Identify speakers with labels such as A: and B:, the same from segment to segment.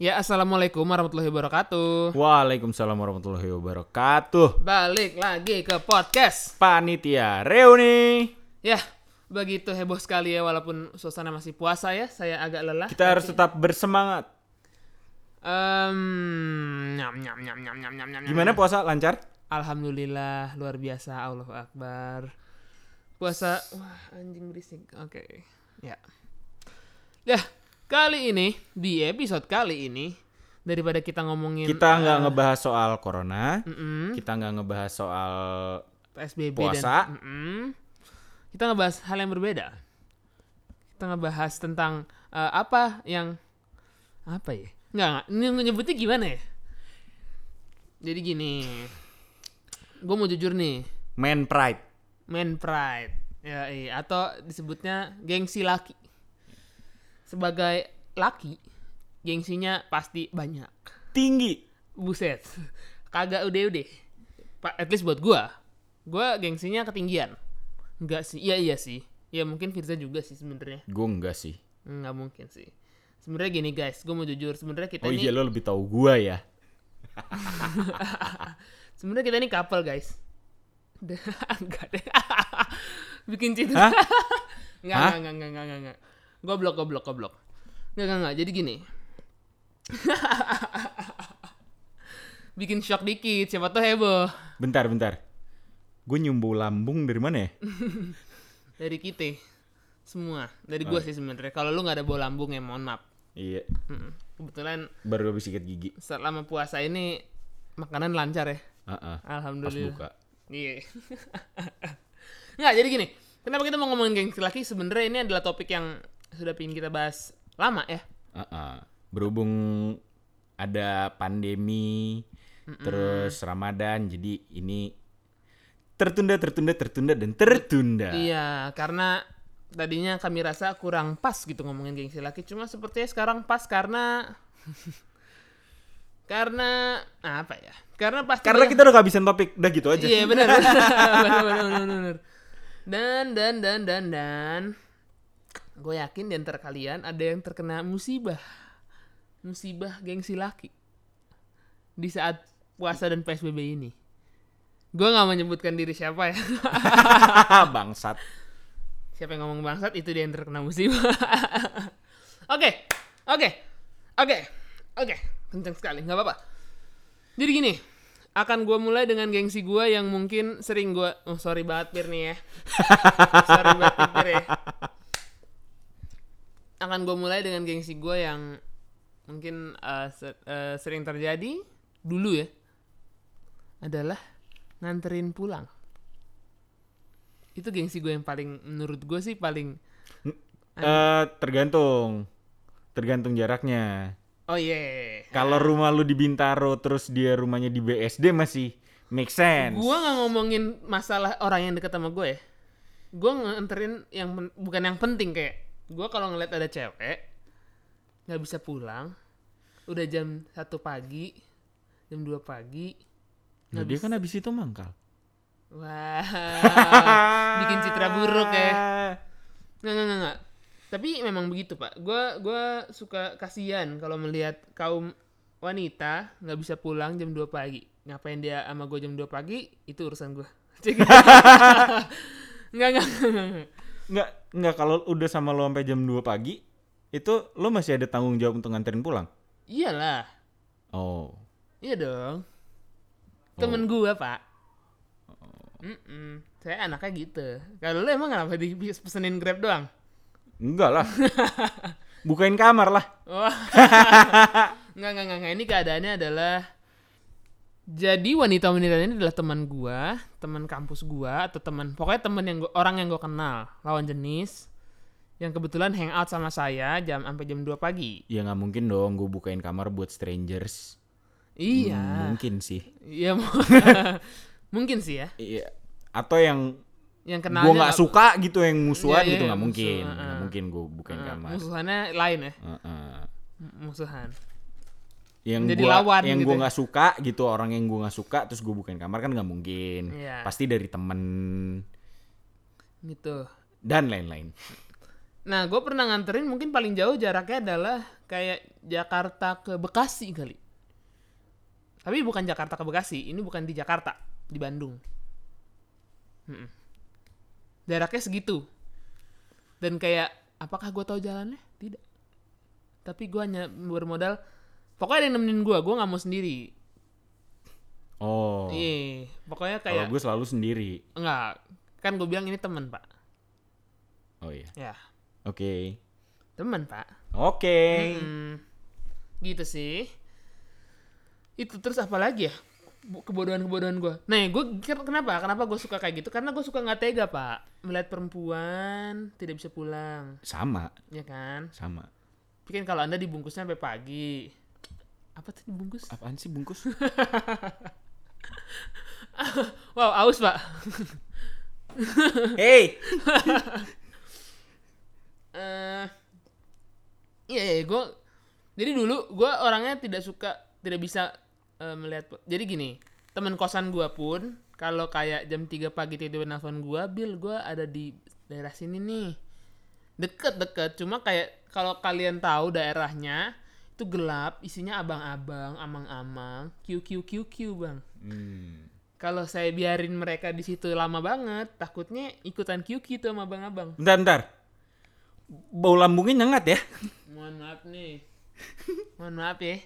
A: Ya, assalamualaikum warahmatullahi wabarakatuh.
B: Waalaikumsalam warahmatullahi wabarakatuh.
A: Balik lagi ke podcast.
B: Panitia reuni.
A: Ya, begitu heboh sekali ya walaupun suasana masih puasa ya. Saya agak lelah.
B: Kita harus tetap bersemangat.
A: Em, nyam, nyam, nyam, nyam, nyam, nyam, nyam.
B: Gimana puasa lancar?
A: Alhamdulillah, luar biasa. Allahu Akbar. Puasa, wah anjing berisik. Oke, ya. Ya, kali ini, di episode kali ini, daripada kita ngomongin...
B: Kita nggak ngebahas soal corona.
A: Mm-mm.
B: Kita nggak ngebahas soal
A: PSBB
B: Puasa.
A: dan Mm-mm. kita ngebahas hal yang berbeda. Kita ngebahas tentang eh, apa yang apa ya? Enggak, enggak. Ini menyebutnya gimana ya? Jadi gini, gue mau jujur nih,
B: man pride.
A: man pride, ya iya. atau disebutnya gengsi laki. Sebagai laki, gengsinya pasti banyak.
B: Tinggi.
A: Buset. Kagak udah-udah. Pak, at least buat gua. Gua gengsinya ketinggian. Enggak sih. Iya iya sih. Ya mungkin Firza juga sih sebenarnya.
B: Gue enggak sih.
A: Enggak mungkin sih. Sebenarnya gini guys, gua mau jujur sebenarnya kita
B: Oh
A: ini
B: iya lo lebih tahu gua ya.
A: sebenarnya kita ini couple guys. enggak deh. Bikin cinta.
B: Hah?
A: Enggak,
B: Hah?
A: enggak, enggak, enggak, enggak, enggak. Goblok, goblok, goblok. Enggak, enggak, enggak. Jadi gini. Bikin shock dikit, siapa tuh heboh.
B: Bentar bentar. Gue nyumbu lambung dari mana ya?
A: dari kita semua dari gua sih sebenarnya kalau lu nggak ada bau lambung ya mohon maaf
B: iya.
A: Mm-mm. kebetulan
B: Baru habis sikat gigi.
A: selama puasa ini makanan lancar ya
B: Heeh. Ah, Pas
A: alhamdulillah
B: buka.
A: iya nggak jadi gini kenapa kita mau ngomongin gengsi laki sebenarnya ini adalah topik yang sudah pingin kita bahas lama ya
B: Heeh. Berhubung ada pandemi, terus Ramadan, jadi ini tertunda, tertunda, tertunda dan tertunda.
A: iya karena tadinya kami rasa kurang pas gitu ngomongin gengsi laki cuma sepertinya sekarang pas karena karena apa ya karena pasti
B: Karena
A: banyak-
B: kita udah kehabisan topik, udah gitu aja.
A: Iya benar. benar. Benar, benar, benar, benar. Dan dan dan dan dan gue yakin di antara kalian ada yang terkena musibah. Musibah gengsi laki. Di saat puasa dan PSBB ini. Gue nggak menyebutkan diri siapa ya.
B: Bangsat.
A: siapa yang ngomong bangsat itu dia yang terkena musibah. Oke. Oke. Oke. Oke. Kencang sekali, nggak apa-apa. Jadi gini, akan gue mulai dengan gengsi gue yang mungkin sering gue, oh sorry banget Pir nih ya, sorry banget nih, Pir ya. Akan gue mulai dengan gengsi gue yang mungkin eh, se- eh, sering terjadi dulu ya, adalah nganterin pulang. Itu gengsi gue yang paling, menurut gue sih paling,
B: Eh, tergantung. Tergantung jaraknya.
A: oh iya.
B: Kalau rumah lu di Bintaro terus dia rumahnya di BSD masih make sense.
A: Gua nggak ngomongin masalah orang yang deket sama gue ya. Gue nganterin yang pen- bukan yang penting kayak gue kalau ngeliat ada cewek nggak bisa pulang, udah jam satu pagi, jam 2 pagi,
B: Nah, dia kan habis itu mangkal.
A: wah
B: Ah.
A: bikin citra buruk ya. Nggak, nggak, nggak, nggak. Tapi memang begitu pak. Gua gua suka kasihan kalau melihat kaum wanita nggak bisa pulang jam 2 pagi. Ngapain dia sama gue jam 2 pagi? Itu urusan gue. Nggak, nggak, nggak, nggak.
B: Nggak, nggak kalau udah sama lo sampai jam 2 pagi, itu lo masih ada tanggung jawab untuk nganterin pulang.
A: Iyalah,
B: Oh.
A: iya dong. Temen gua pak. Mm-mm. Saya anaknya gitu. Kalau lu emang kenapa di pesenin grab doang?
B: Enggak lah. Bukain kamar lah.
A: Wah. Oh. nggak, nggak, nggak, nggak. Ini keadaannya adalah jadi wanita-wanita ini adalah teman gua, teman kampus gua atau teman pokoknya teman yang gua- orang yang gua kenal, lawan jenis yang kebetulan hangout sama saya jam sampai jam 2 pagi.
B: Ya nggak mungkin dong gue bukain kamar buat strangers. Hmm,
A: Iya.
B: Mungkin sih.
A: Iya. mu- mungkin sih ya.
B: Iya. Atau yang
A: Yang kenal
B: gue nggak suka gitu yang
A: Iya,
B: musuhan
A: iya,
B: gitu nggak
A: musuh,
B: mungkin.
A: heeh.
B: Nggak mungkin gue
A: Ah,
B: bukain kamar.
A: Musuhannya lain ya.
B: Heeh.
A: Musuhan.
B: Yang
A: Jadi
B: gua,
A: lawan
B: yang
A: gitu
B: gua
A: ya.
B: nggak suka gitu orang yang gue nggak suka terus gue bukain kamar kan nggak mungkin.
A: Iya.
B: Pasti dari temen
A: Gitu.
B: dan lain-lain.
A: Nah, gue pernah nganterin mungkin paling jauh jaraknya adalah kayak Jakarta ke Bekasi kali. Tapi bukan Jakarta ke Bekasi, ini bukan di Jakarta, di Bandung. Mm-mm. Jaraknya segitu. Dan kayak, apakah gue tahu jalannya? Tidak. Tapi gue hanya bermodal, pokoknya ada yang nemenin gue, gue nggak mau sendiri.
B: Oh.
A: Iya, pokoknya
B: Kalau
A: kayak,
B: gue selalu sendiri.
A: enggak. Kan gue bilang ini temen, Pak.
B: Oh iya.
A: Ya,
B: Oke.
A: temen, Pak.
B: Oke.
A: Hmm, gitu sih. Itu terus apa lagi ya? Bu- Kebodohan-kebodohan gue. Nah, gue kenapa? Kenapa gue suka kayak gitu? Karena gue suka nggak tega, Pak. Melihat perempuan tidak bisa pulang,
B: Sama,
A: ya kan?
B: sama.
A: Bikin kalau anda dibungkusnya sampai pagi. Apa tuh dibungkus?
B: Apaan sih bungkus?
A: Wow, aus, Pak.
B: hey.
A: Eh, Iya, iya, gue. Jadi dulu gue orangnya tidak suka, tidak bisa eh, melihat. Jadi gini, teman kosan gue pun kalau kayak jam 3 pagi tiba-tiba nelfon gue, Bill, gue ada di daerah sini nih. Deket-deket, cuma kayak kalau kalian tahu daerahnya itu gelap, isinya abang-abang, amang-amang, QQQQ bang.
B: Hmm.
A: Kalau saya biarin mereka di situ lama banget, takutnya ikutan QQ tuh sama abang-abang.
B: Bentar, bentar. Bau lambungnya nyengat ya?
A: Mohon maaf nih. Mohon maaf ya.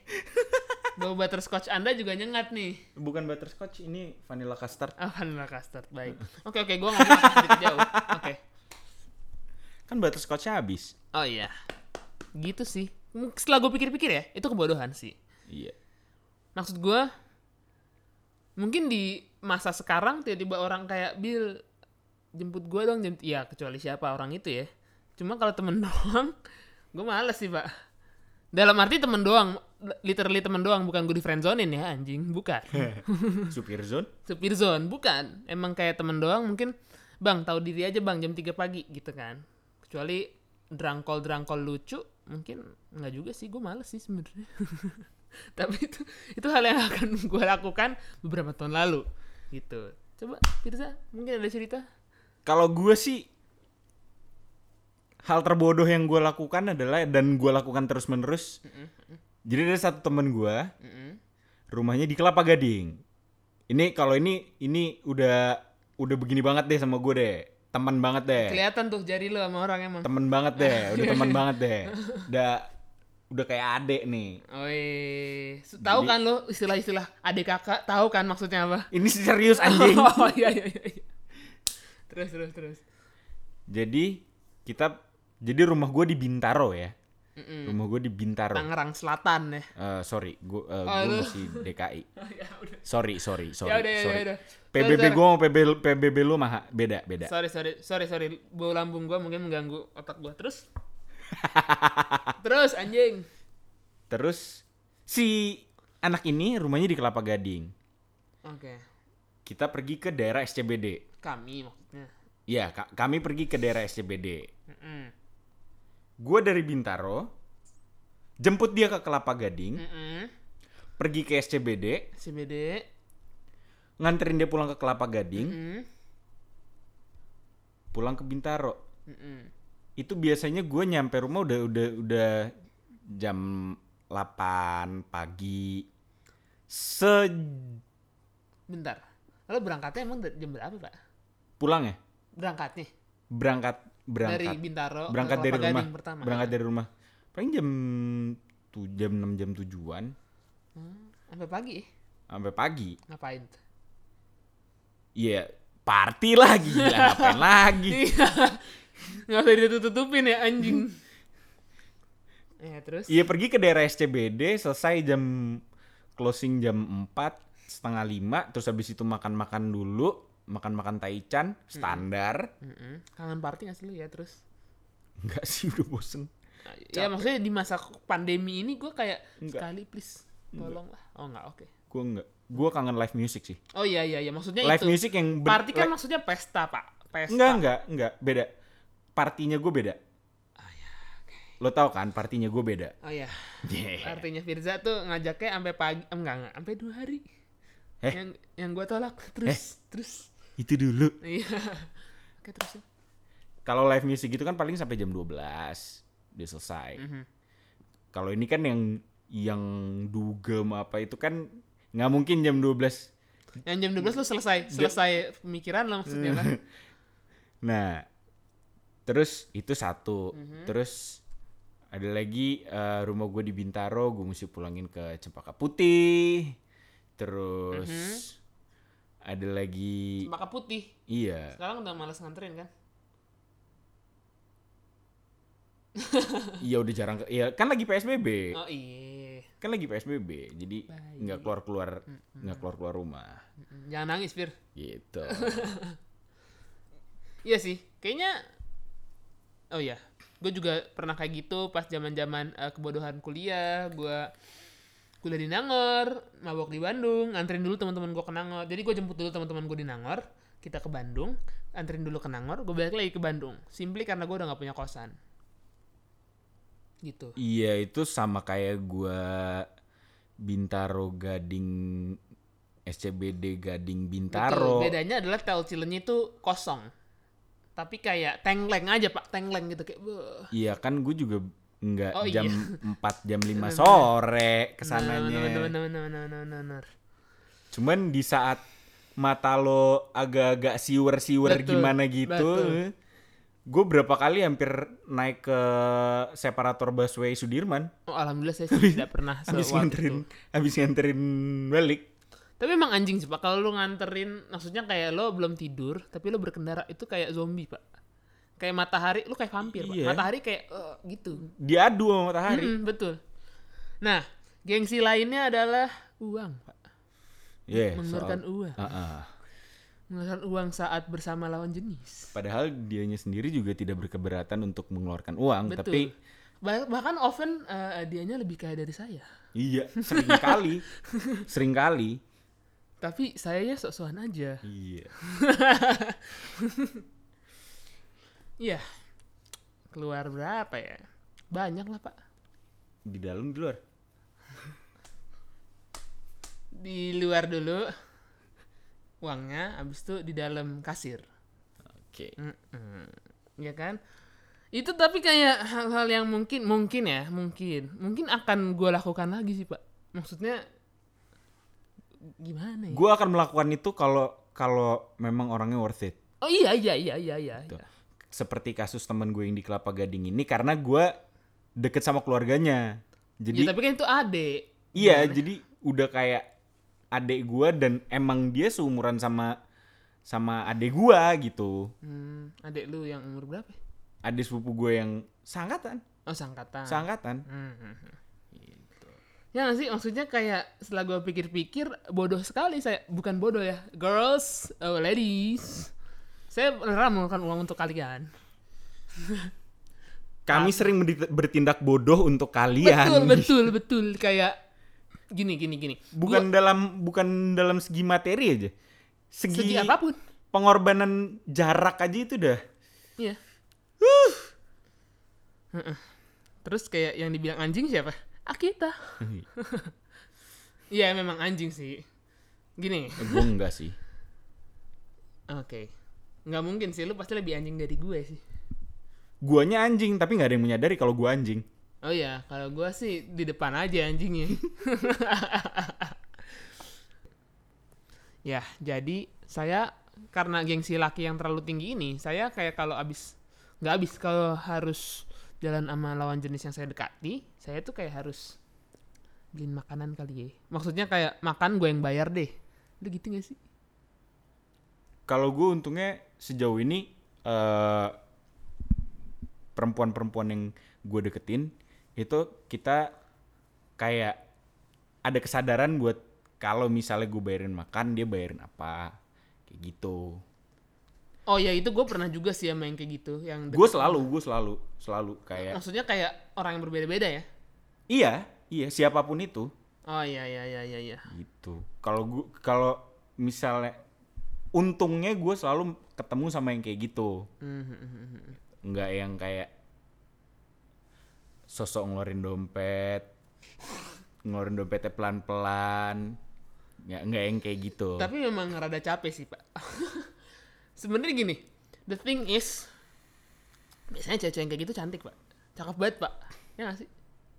A: Bau butterscotch Anda juga nyengat nih.
B: Bukan butterscotch, ini vanilla custard.
A: Alhamdulillah custard. Baik. Oke oke, gua ngomong akan sedikit jauh. Oke.
B: Kan butterscotchnya habis.
A: Oh iya. Gitu sih. M- Setelah gue pikir-pikir ya, itu kebodohan sih.
B: Iya.
A: Maksud gua mungkin di masa sekarang tiba-tiba orang kayak Bill jemput gua dong jemput ya kecuali siapa orang itu ya cuma kalau temen doang gue males sih pak dalam arti temen doang literally temen doang bukan gue di friendzonein ya anjing bukan
B: Supir zone.
A: supir zone bukan emang kayak temen doang mungkin bang tahu diri aja bang jam 3 pagi gitu kan kecuali drangkol drangkol lucu mungkin nggak juga sih gue males sih sebenarnya tapi itu itu hal yang akan gue lakukan beberapa tahun lalu gitu coba Firza mungkin ada cerita
B: Kalau gue sih hal terbodoh yang gue lakukan adalah dan gue lakukan terus menerus. Jadi ada satu temen gue, rumahnya di Kelapa Gading. Ini kalau ini ini udah udah begini banget deh sama gue deh, teman banget deh,
A: kelihatan tuh jari lo sama orang emang
B: teman banget deh, udah teman banget deh, udah udah kayak adek nih.
A: Oi, tahu kan lo istilah-istilah adik kakak tahu kan maksudnya apa?
B: Ini serius anjing.
A: Oh iya iya iya. iya. Terus terus terus.
B: jadi kita jadi rumah gue di Bintaro ya, rumah gue di Bintaro.
A: Tangerang Selatan ya.
B: Eh, sorry, gue
A: Oh, lu-
B: masih DKI.
A: Oh, ya udah.
B: Sorry, sorry, sorry.
A: Ya udah, ya
B: sorry.
A: udah.
B: PBB
A: Sorry,
B: gue sama PB, PBB lu mah beda, beda.
A: Sorry sorry sorry sorry bau lambung gua mungkin mengganggu otak gua terus. terus anjing.
B: Terus si anak ini rumahnya di Kelapa Gading.
A: Oke.
B: Kita pergi ke daerah SCBD.
A: Kami maksudnya.
B: Ya, ka- kami pergi ke daerah SCBD.
A: Mm-mm.
B: Gue dari Bintaro, jemput dia ke Kelapa Gading,
A: Mm-mm.
B: pergi ke SCBD,
A: CBD.
B: nganterin dia pulang ke Kelapa Gading,
A: Mm.
B: pulang ke Bintaro.
A: Mm-mm.
B: Itu biasanya gue nyampe rumah udah udah udah jam 8 pagi. Se
A: Bentar. Lalu berangkatnya emang dari jam berapa, Pak?
B: pulang ya?
A: Berangkatnya
B: berangkat
A: dari
B: berangkat
A: Bintaro ke
B: berangkat dari
A: Kelapa
B: rumah
A: Gading pertama.
B: berangkat dari rumah paling jam tu, jam 6 jam 7-an
A: Hmm, Sampai pagi. ya?
B: sampai pagi
A: Ngapain? tuh?
B: iya party lah gila ngapain lagi
A: Iya. Nggak usah ditutup-tutupin ya anjing. ya terus.
B: iya pergi ke daerah SCBD selesai jam closing jam 4 setengah 5 terus habis itu makan-makan dulu makan-makan taichan
A: Hmm.
B: standar
A: Mm-mm. Kangen party nggak sih lu ya terus?
B: enggak sih udah bosen
A: Ya maksudnya di masa pandemi ini gue kayak
B: Enggak.
A: sekali please tolong lah. Oh enggak oke.
B: gue enggak gue kangen live music sih
A: Oh iya iya iya maksudnya
B: live
A: itu.
B: music yang ben-
A: Party kan
B: li-
A: maksudnya pesta pak. Pesta.
B: Enggak, enggak, enggak. Beda. Partinya gue beda.
A: Ah, ya,
B: Lo tau kan partinya gue beda.
A: Oh iya.
B: Yeah.
A: Artinya Firza tuh ngajaknya sampai pagi, eh, enggak enggak, sampai dua hari.
B: Eh.
A: Yang yang gue tolak terus terus.
B: Itu dulu.
A: Iya. Oke terus. ya.
B: kalau live music itu kan paling sampai jam 12 dia selesai.
A: Hmm. Mhm.
B: Kalau ini kan yang yang dugem apa itu kan nggak mungkin jam 12
A: Yang jam 12 lo selesai selesai pemikiran lo maksudnya kan?
B: Eh. Nah, terus itu satu. Terus ada lagi eh, rumah gue di Bintaro, gue mesti pulangin ke Cempaka Putih. Terus ada lagi,
A: Maka putih.
B: iya,
A: Sekarang udah males nganterin kan?
B: iya udah jarang, ke- iya kan lagi PSBB,
A: Oh iya.
B: kan lagi PSBB, jadi nggak keluar keluar, nggak keluar keluar rumah,
A: Mhm. Jangan nangis, Fir.
B: gitu.
A: Iya sih. Kayaknya Oh iya. Gue juga pernah kayak gitu pas zaman-zaman eh, kebodohan kuliah, gua kuliah di Nangor, mabok di Bandung, nganterin dulu teman-teman gue ke Nangor. Jadi gue jemput dulu teman-teman gue di Nangor, kita ke Bandung, anterin dulu ke Nangor, gue balik lagi ke Bandung. Simply karena gue udah nggak punya kosan. Gitu.
B: Iya itu sama kayak gua Bintaro Gading SCBD Gading
A: Betul.
B: Bintaro.
A: Bedanya adalah tel cilennya itu kosong. Tapi kayak tengleng aja pak, tengleng gitu kayak. "Beuh."
B: Iya kan gue juga nggak
A: Oh,
B: jam
A: iya.
B: 4 jam 5 sore kesananya.
A: Bener, bener, bener, bener, bener, bener, bener.
B: Cuman di saat mata lo agak-agak
A: Betul,
B: siwer-siwer gimana gitu, gue berapa kali hampir naik ke separator busway Sudirman
A: Oh, alhamdulillah saya sih tidak pernah
B: habis
A: sewaktu.
B: nganterin habis nganterin balik.
A: Tapi emang anjing sih pak, kalau lu nganterin, maksudnya kayak lo belum tidur, tapi lo berkendara itu kayak zombie pak. Kayak matahari, lu kayak vampir
B: Iya.
A: pak. Matahari kayak "Eh," gitu.
B: Diadu sama matahari.
A: Mm, betul. Nah, gengsi lainnya adalah uang pak.
B: Iya,
A: Mengeluarkan
B: soal-
A: uang.
B: Ah-ah.
A: Mengeluarkan uang saat bersama lawan jenis.
B: Padahal dianya sendiri juga tidak berkeberatan untuk mengeluarkan
A: Betul.
B: uang, Hmm, tapi
A: Bah- bahkan Oven eh, dianya lebih kaya dari saya.
B: iya sering kali, sering kali.
A: Tapi sayanya sok-sokan aja.
B: Iya.
A: Iya. Keluar berapa ya? Banyak lah, Pak.
B: di dalam di luar
A: Di luar dulu uangnya, habis itu di dalam kasir.
B: oke
A: Mm-mm. Ya kan? Itu tapi kayak hal-hal yang mungkin mungkin ya, mungkin. Mungkin akan gua lakukan lagi sih, Pak. Maksudnya gimana ya?
B: gue akan melakukan itu kalau kalau memang orangnya worth it
A: Oh iya iya iya iya iya.
B: Tuh. seperti kasus teman gue yang di kelapa gading ini karena gue deket sama keluarganya
A: Ya,
B: jadi
A: tapi kan itu adik.
B: iya jadi udah kayak adik gue dan emang dia seumuran sama sama adik gue gitu
A: Hmm, adik lu yang umur berapa? ya?
B: adik sepupu gue yang sangkatan
A: Oh, sangkatan.
B: sangkatan
A: Hmm. Ya nggak sih maksudnya kayak setelah gue pikir-pikir bodoh sekali saya bukan bodoh ya girls oh, ladies saya beneran mengeluarkan uang untuk kalian
B: kami sering mendit- bertindak bodoh untuk kalian
A: Ah. betul betul betul kayak gini gini gini
B: bukan dalam bukan dalam segi materi aja segi,
A: segi apapun
B: pengorbanan jarak aja itu dah
A: iya Heeh. terus kayak yang dibilang anjing siapa Akita iya memang anjing sih gini
B: gue enggak sih
A: oke nggak mungkin sih lu pasti lebih anjing dari gue sih
B: guanya anjing tapi nggak ada yang menyadari kalau gua anjing
A: Oh iya, kalau gua sih di depan aja anjingnya. ya, jadi saya karena gengsi laki yang terlalu tinggi ini, saya kayak kalau abis nggak abis kalau harus jalan sama lawan jenis yang saya dekati, saya tuh kayak harus beliin makanan kali ya. Maksudnya kayak makan gue yang bayar deh. Lu gitu gak sih?
B: kalau gua untungnya sejauh ini eh, perempuan-perempuan yang gua deketin itu kita kayak ada kesadaran buat kalau misalnya gue bayarin makan dia bayarin apa kayak gitu
A: Oh ya itu gue pernah juga sih sama yang kayak gitu, yang deket-
B: gue selalu gue selalu selalu kayak
A: Maksudnya kayak orang yang berbeda-beda ya?
B: iya iya siapapun itu
A: Oh iya iya iya iya. iya.
B: gitu kalau gua kalau misalnya untungnya gue selalu ketemu sama yang kayak gitu
A: Mhm.
B: nggak yang kayak sosok ngeluarin dompet ngeluarin dompetnya pelan pelan nggak nggak yang kayak gitu
A: Tapi memang rada capek sih, Pak. Sebenarnya gini, the thing is biasanya cewek-cewek yang kayak gitu cantik pak cakep banget pak ya nggak sih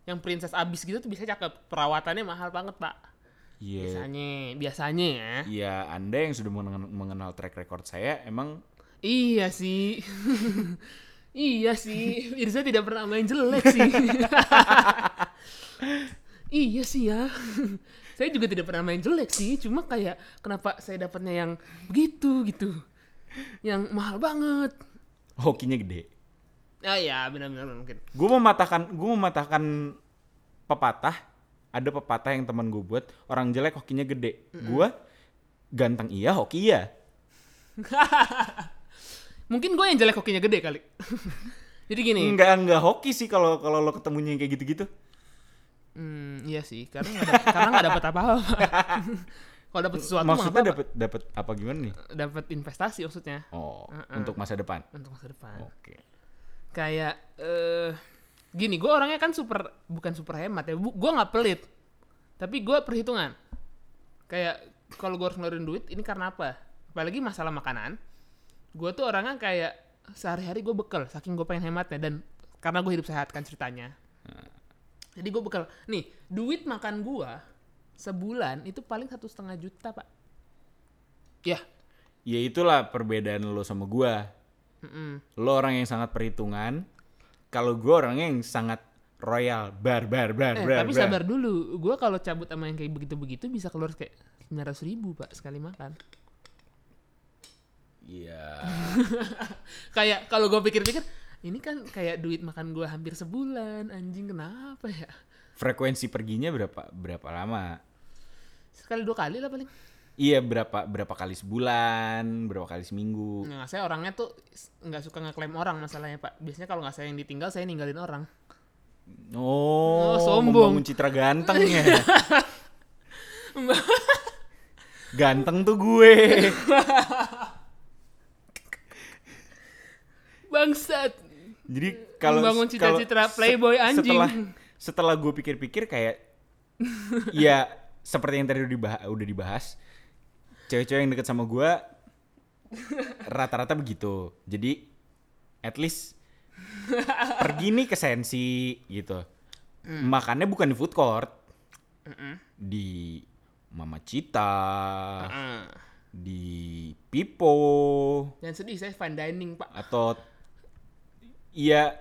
A: yang princess abis gitu tuh bisa cakep perawatannya mahal banget pak
B: Iya.
A: biasanya biasanya ya
B: Iya, Anda yang sudah mengen- mengenal track record saya emang
A: iya sih iya sih Irza tidak pernah main jelek sih iya sih ya saya juga tidak pernah main jelek sih cuma kayak kenapa saya dapatnya yang begitu gitu yang mahal banget
B: hokinya gede.
A: ah ya benar-benar mungkin
B: Gue mematahkan gue mematahkan pepatah. Ada pepatah yang teman gue buat, orang jelek hokinya gede. Gue ganteng iya, hoki iya.
A: Mungkin gue yang jelek hokinya gede kali. Jadi gini.
B: Enggak enggak hoki sih kalau kalau lo ketemunya yang kayak gitu-gitu.
A: Hmm, iya sih, karena nggak dapet, karena nggak dapat apa-apa. Kalau dapat sesuatu
B: Maksudnya
A: dapat
B: dapat dapat apa gimana nih?
A: dapat investasi maksudnya
B: Oh, untuk masa depan.
A: untuk masa depan.
B: Oke.
A: Kayak eh gini, gue orangnya kan super bukan super hemat ya. Bu, gue nggak pelit. Tapi gue perhitungan. Kayak kalau gue harus ngeluarin duit, ini karena apa? Apalagi masalah makanan. Gue tuh orangnya kayak sehari-hari gue bekal, saking gue pengen hematnya dan karena gue hidup sehat kan ceritanya. Jadi gue bekal. Nih, duit makan gua sebulan itu paling satu setengah juta pak. Ya.
B: Ya itulah perbedaan lo sama gua.
A: Mm-mm.
B: Lo orang yang sangat perhitungan. Kalau gua orangnya yang sangat royal, bar bar bar
A: Eh,
B: bar.
A: tapi
B: bar.
A: sabar dulu. Gua kalau cabut sama yang kayak begitu-begitu bisa keluar kayak 900 ribu pak sekali makan.
B: Iya.
A: Kayak kalau gue pikir-pikir, ini kan kayak duit makan gua hampir sebulan. Anjing kenapa ya?
B: Frekuensi perginya berapa berapa lama?
A: Sekali dua kali lah paling.
B: Iya berapa berapa kali sebulan, berapa kali seminggu.
A: Nah, saya orangnya tuh nggak suka ngeklaim orang masalahnya pak. Biasanya kalau nggak saya yang ditinggal, saya ninggalin orang. Oh,
B: Oh,
A: sombong.
B: Membangun citra ganteng ya. ganteng tuh gue.
A: Bangsat.
B: Jadi kalau
A: Iya. Membangun
B: kalau
A: cita-cita
B: se-
A: playboy anjing.
B: Setelah setelah gue pikir-pikir kayak ya seperti yang tadi udah dibahas, udah dibahas cewek-cewek yang deket sama gue rata-rata begitu. Jadi at least pergi nih ke sensi gitu. Makannya bukan di food court. Di Mama Cita,
A: Ah.
B: di Pipo,
A: Dan sedih saya fine dining pak.
B: atau iya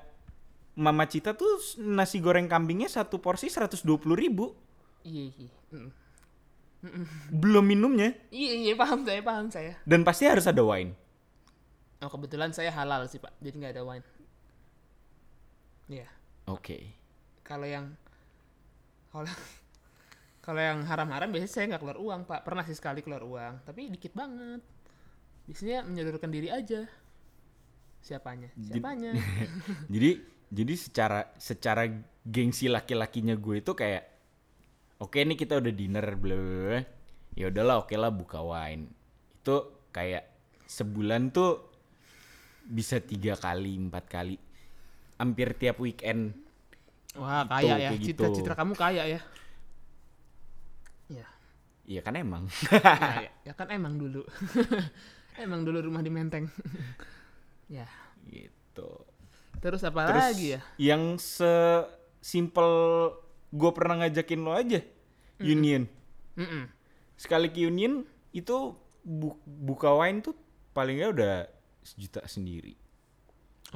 B: Mama Cita tuh s- nasi goreng kambingnya satu porsi 120.000 ribu
A: Iya iya. Mm.
B: belum minumnya
A: Iya iya paham saya paham saya.
B: dan pasti harus ada wine
A: Oh kebetulan saya halal sih pak, jadi nggak ada wine. Iya.
B: oke
A: Kalau yang kalau kalau yang haram-haram biasanya saya nggak keluar uang pak. Pernah sih sekali keluar uang, tapi dikit banget. Biasanya menyodorkan diri aja. Siapanya?
B: Gitu.
A: Siapanya?
B: jadi jadi secara secara gengsi laki-lakinya gue itu kayak oke nih kita udah dinner bla bla bla. ya udahlah oke lah buka wine itu kayak sebulan tuh bisa tiga kali empat kali hampir tiap weekend
A: Wah kaya ya.
B: kayak gitu.
A: Citra-citra kamu kaya ya. Iya.
B: Iya kan emang
A: Nah, ya, ya kan emang dulu. emang dulu rumah di Menteng. ya.
B: gitu
A: Terus apa
B: Terus
A: lagi ya?
B: Yang sesimpel gue pernah ngajakin lo aja union.
A: Mm-mm.
B: Sekali ke union itu bu- buka wine tuh paling nggak udah sejuta sendiri.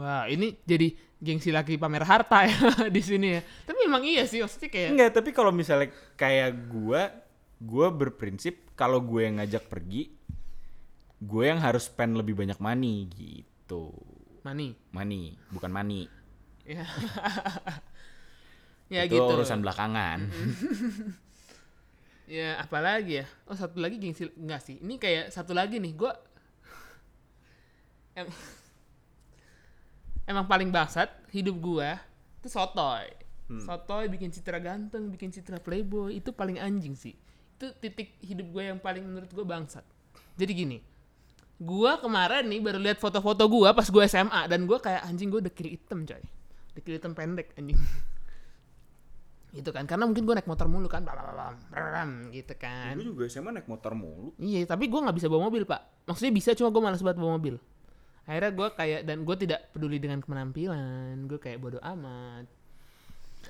A: Wah, ini jadi gengsi laki pamer harta ya di sini ya. Tapi emang iya sih maksudnya kayak
B: Enggak, tapi kalau misalnya kayak gue, gue berprinsip kalau gue yang ngajak pergi, gue yang harus spend lebih banyak money gitu.
A: money.
B: Money, bukan money.
A: Ya. ya
B: itu
A: gitu.
B: urusan belakangan.
A: Ya, apalagi ya? Oh, satu lagi gengsi enggak sih. Ini kayak satu lagi nih, gua Em- Emang paling bangsat hidup gua itu sotoy. Sotoy bikin citra ganteng, bikin citra playboy, itu paling anjing sih. Itu titik hidup gue yang paling menurut gue bangsat. Jadi gini, gua kemarin nih baru lihat foto-foto gua pas gua SMA dan gua kayak anjing gua dekil hitam coy. Dekil hitam pendek anjing gitu kan karena mungkin gue naik motor mulu kan blablabla, brrrram, gitu kan
B: juga SMA naik motor mulu.
A: iya tapi gue nggak bisa bawa mobil pak maksudnya bisa cuma gue malas banget bawa mobil akhirnya gue kayak dan gue tidak peduli dengan penampilan gue kayak bodoh amat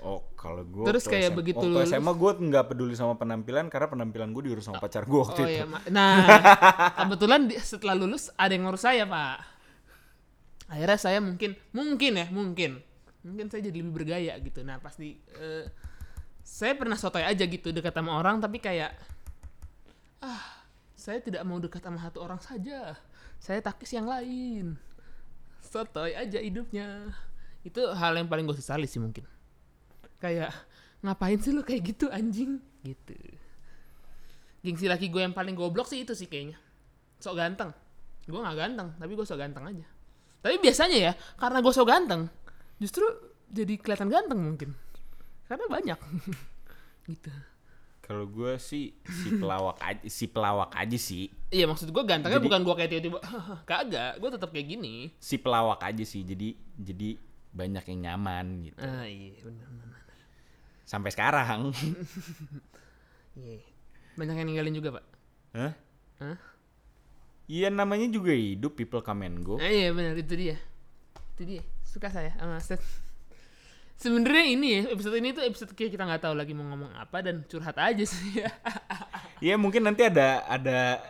B: Oh, kalau gue
A: Terus kayak begitu
B: waktu
A: lulus-
B: SMA gue nggak peduli sama penampilan karena penampilan gue diurus sama pacar gue waktu
A: oh
B: itu.
A: iya Ma- nah kebetulan di- setelah lulus ada yang ngurus saya pak akhirnya saya mungkin mungkin ya mungkin mungkin saya jadi lebih bergaya gitu nah pasti eh, saya pernah sotoy aja gitu dekat sama orang tapi kayak ah saya tidak mau dekat sama satu orang saja saya takis yang lain sotoy aja hidupnya itu hal yang paling gue sesali sih mungkin kayak ngapain sih lu kayak gitu anjing gitu gengsi laki gue yang paling goblok sih itu sih kayaknya sok ganteng gue nggak ganteng tapi gue sok ganteng aja tapi biasanya ya karena gue sok ganteng justru jadi kelihatan ganteng mungkin karena banyak gitu
B: Kalau gue sih si pelawak aja, si pelawak aja sih,
A: iya maksud gue gantengnya
B: Jadi-
A: bukan gue kayak tiba-tiba kagak gue tetap kayak gini
B: si pelawak aja sih. Jadi jadi banyak yang nyaman gitu.
A: ah iya benar
B: Sampai sekarang.
A: iya banyak yang ninggalin juga pak
B: Hah?
A: Hah?
B: Iya namanya juga hidup people come and go.
A: Ah, iya benar itu dia. Itu dia. Suka saya sama Seth. Sebenarnya ini ya episode ini tuh episode kayak kita nggak tahu lagi mau ngomong apa dan curhat aja sih ya.
B: Iya mungkin nanti ada ada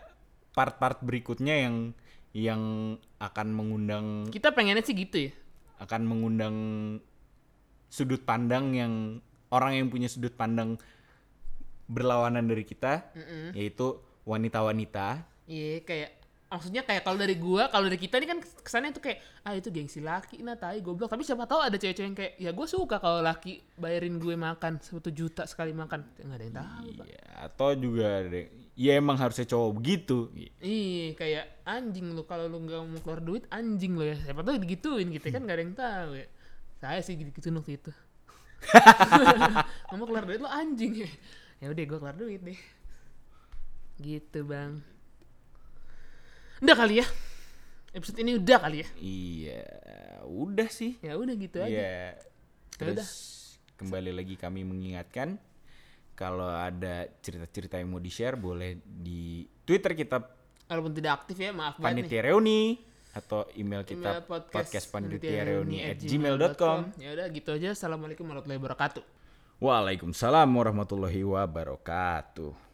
B: part-part berikutnya yang yang akan mengundang
A: kita pengennya sih gitu ya.
B: akan mengundang sudut pandang yang orang yang punya sudut pandang berlawanan dari kita yaitu wanita-wanita
A: Iya kayak maksudnya kayak kalau dari gua kalau dari kita ini kan kesannya tuh kayak ah itu gengsi laki nah tai goblok tapi siapa tahu ada cewek-cewek yang kayak ya gue suka kalau laki bayarin gue makan satu juta sekali makan nggak ada yang tahu Pak.
B: Iya, atau juga ada- ya emang harusnya cowok begitu
A: Iya kayak anjing lu kalau lu nggak mau keluar duit anjing lu ya siapa tahu digituin gitu kan nggak ada yang tahu ya saya sih gitu-gitu waktu itu ngomong keluar duit lu anjing ya ya udah gue keluar duit deh gitu bang udah kali ya episode ini udah kali ya
B: iya udah sih
A: ya udah gitu aja
B: Iya. Terus kembali lagi kami mengingatkan kalau ada cerita-cerita yang mau di-share boleh di Twitter kita
A: walaupun tidak aktif ya maaf banget nih
B: Panitia Reuni atau email kita
A: Email
B: podcast, at
A: gmail.com.
B: gmail.com.
A: ya udah gitu aja assalamualaikum warahmatullahi wabarakatuh
B: Waalaikumsalam warahmatullahi wabarakatuh.